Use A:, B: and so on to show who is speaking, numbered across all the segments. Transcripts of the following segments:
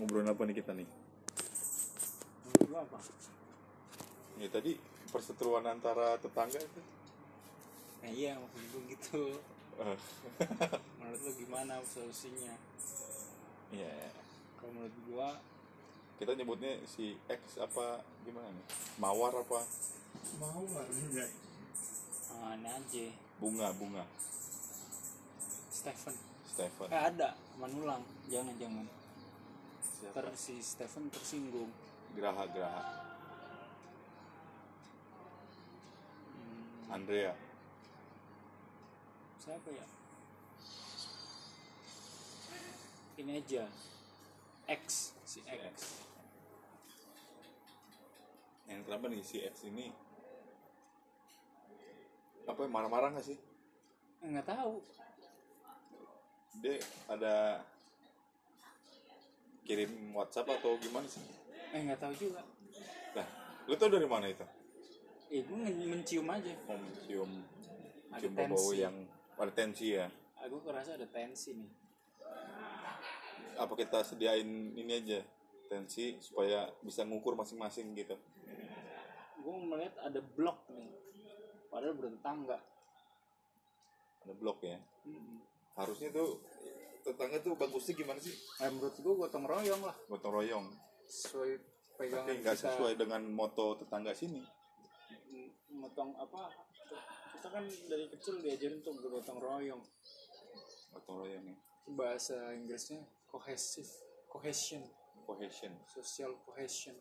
A: ngobrolin apa nih kita nih?
B: Menurut lu apa?
A: Ya tadi perseteruan antara tetangga itu.
B: Nah iya maksud gue gitu.
A: Eh,
B: Menurut lu gimana solusinya?
A: Iya.
B: Kalau menurut gua
A: Kita nyebutnya si X apa gimana nih? Mawar apa?
C: mau warnanya
B: ah, aneh aja.
A: Bunga, bunga.
B: Stephen.
A: Stephen.
B: Eh ada, manulang. Jangan jangan. Ter
A: Siapa?
B: si Stephen tersinggung.
A: Geraha, Geraha.
B: Hmm,
A: Andrea.
B: siapa ya? Ini aja. X si X.
A: Yang kenapa nih si X ini apa marah-marah nggak sih?
B: Enggak Eh, tahu.
A: Dia ada kirim WhatsApp atau gimana sih?
B: Eh enggak tahu juga.
A: Lah, lu tau dari mana itu?
B: Eh gue men- mencium aja.
A: Om cium
B: Ada
A: cium bau
B: tensi.
A: yang ada tensi ya.
B: Aku Ah, kerasa ada tensi nih.
A: Apa kita sediain ini aja tensi supaya bisa ngukur masing-masing gitu.
B: Gue melihat ada blok nih. Padahal bertetangga.
A: Ada blok ya.
B: Hmm.
A: Harusnya tuh tetangga tuh bagusnya gimana sih?
B: Eh, menurut gue gotong royong lah.
A: Gotong royong.
B: Sesuai pegangan
A: Tapi nggak
B: kita.
A: sesuai dengan moto tetangga sini.
B: M- motong apa kita kan dari kecil diajarin untuk bergotong royong
A: Gotong ya. royongnya.
B: bahasa Inggrisnya kohesif cohesion
A: Cohesion.
B: social cohesion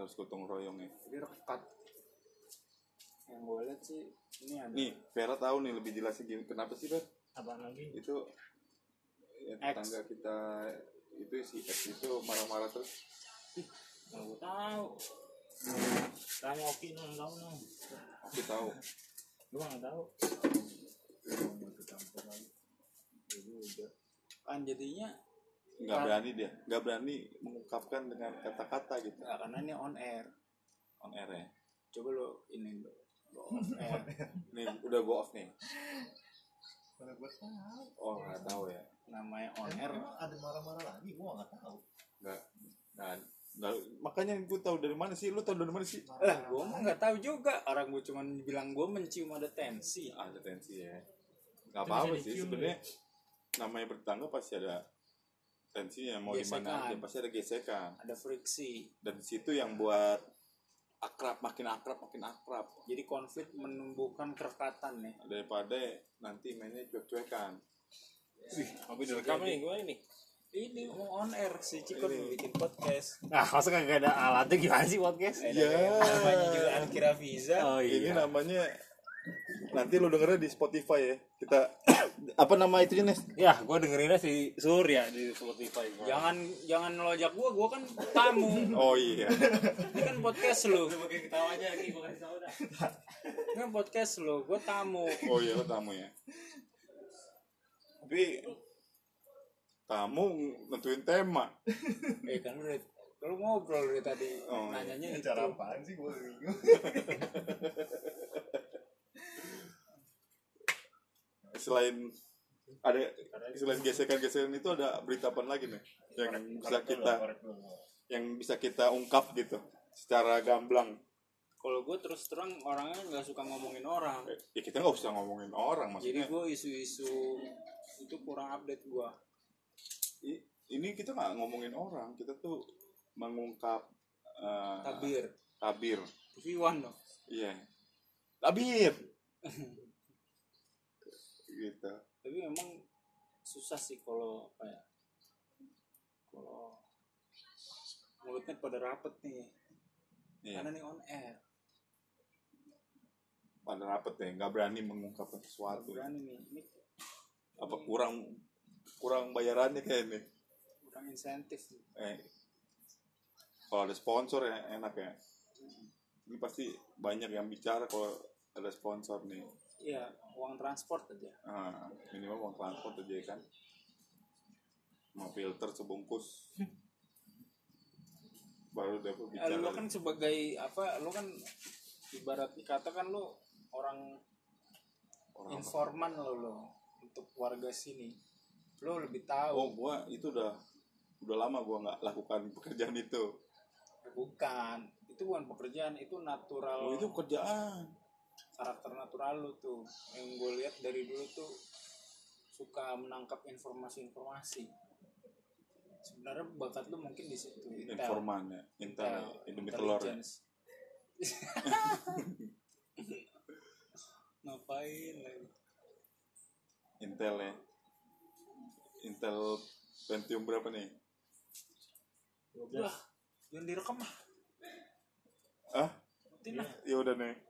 A: Harus gotong ya. royongnya.
B: jadi rekat yang gue lihat sih ini ada
A: Nih, Vera tahu nih lebih jelasnya gini. Kenapa sih, Fer?
C: apa lagi
A: Itu ya,
B: X.
A: tetangga kita itu si X itu marah-marah terus.
C: tahu tahu kamu oke nong tahu nong
A: Aku tahu.
C: lu nggak tahu Ya
B: kan jadinya
A: Nggak
B: Nah.
A: berani dia. Nggak berani mengungkapkan dengan kata-kata gitu.
B: nah, karena ini on air
A: On air ya.
B: coba lo ini lo, lo on air
A: Nih, udah go off nih.
C: kalau gue tahu
A: Oh, nggak tahu ya.
B: namanya on air
C: emang ada marah-marah lagi gue nggak tahu
A: Nggak. Nah, nggak. Makanya gue tahu dari mana sih? Lu tahu dari mana sih?
B: lah gue mah nggak tahu juga orang gue cuman bilang gue mencium ada tensi
A: Ada tensi ya. Nggak apa-apa
C: bisa
A: sih
B: ya.
C: dicium,
A: sebenarnya. Namanya bertangga pasti ada tensinya mau di
B: Gesekan.
A: mana aja pasti ada gesekan.
B: ada friksi
A: dan di situ yang buat akrab makin akrab makin akrab
B: jadi konflik menumbuhkan kerekatan nih
A: daripada nanti mainnya cuek-cuekan
D: Tapi direkam nih gue ini. Iya.
B: Ini mau on air si Ciko
A: Ini.
B: bikin podcast.
D: Nah, masa kagak ada alatnya gimana sih podcast?
A: Iya.
B: Namanya juga Alkira Visa.
D: Oh
A: ini
D: iya.
A: namanya nanti lu dengernya di Spotify ya kita apa nama itu Nes
D: Ya, gue dengerinnya si Surya di Spotify gua.
B: Jangan jangan melojak gua, gua kan tamu.
A: oh iya
B: Ini kan podcast lu.
D: pakai ketawa aja lagi, gua kasih tau dah.
B: Ini kan podcast lu, gua tamu.
A: oh iya lu tamu ya tapi tamu nentuin tema
B: Eh kan lu lu ngobrol dari tadi
A: Oh, iya.
B: nanyanya itu.
C: cara apaan sih gue bingung
A: selain ada selain gesekan-gesekan itu ada berita apa lagi nih yang bisa kita yang bisa kita ungkap gitu secara gamblang
B: Kalau gua terus terang orangnya nggak suka ngomongin orang.
A: ya kita nggak usah ngomongin orang
B: Jadi
A: maksudnya
B: gua isu-isu itu kurang update gua.
A: i- ini kita nggak ngomongin orang kita tuh mengungkap eh,
B: Tabir.
A: tabir
B: TV One loh.
A: iya tabir gitu
B: tapi memang susah sih kalau apa ya kalau mulutnya pada rapet nih
A: Iya,
B: karena nih on air
A: pada rapet ya nggak berani mengungkapkan
B: Nggak
A: sesuatu
B: berani nih ini
A: apa kurang kurang bayarannya kayaknya
B: kurang insentif nih.
A: eh, kalau ada sponsor ya enak ya ini pasti banyak yang bicara kalau ada sponsor nih
B: ya uang transport aja
A: Ah, minimal uang transport aja ya kan mau filter sebungkus baru dapat
B: Eh,
A: bicara
B: lo kan sebagai apa lo kan ibarat dikatakan lo orang
A: orang apa.
B: informan lo lo untuk warga sini lo lebih tahu
A: oh gua Oh, itu udah udah lama gua nggak lakukan pekerjaan itu
B: bukan itu bukan pekerjaan itu natural
A: oh, itu pekerjaan
B: karakter natural lu tuh yang gue lihat dari dulu tuh suka menangkap informasi-informasi sebenarnya bakat lu mungkin di situ intel
A: informannya intel indomie telur ya.
B: intelligence. ngapain lagi
A: intel ya intel pentium berapa nih
B: wah jangan direkam ah
A: ah
B: Nanti lah
A: ya udah nih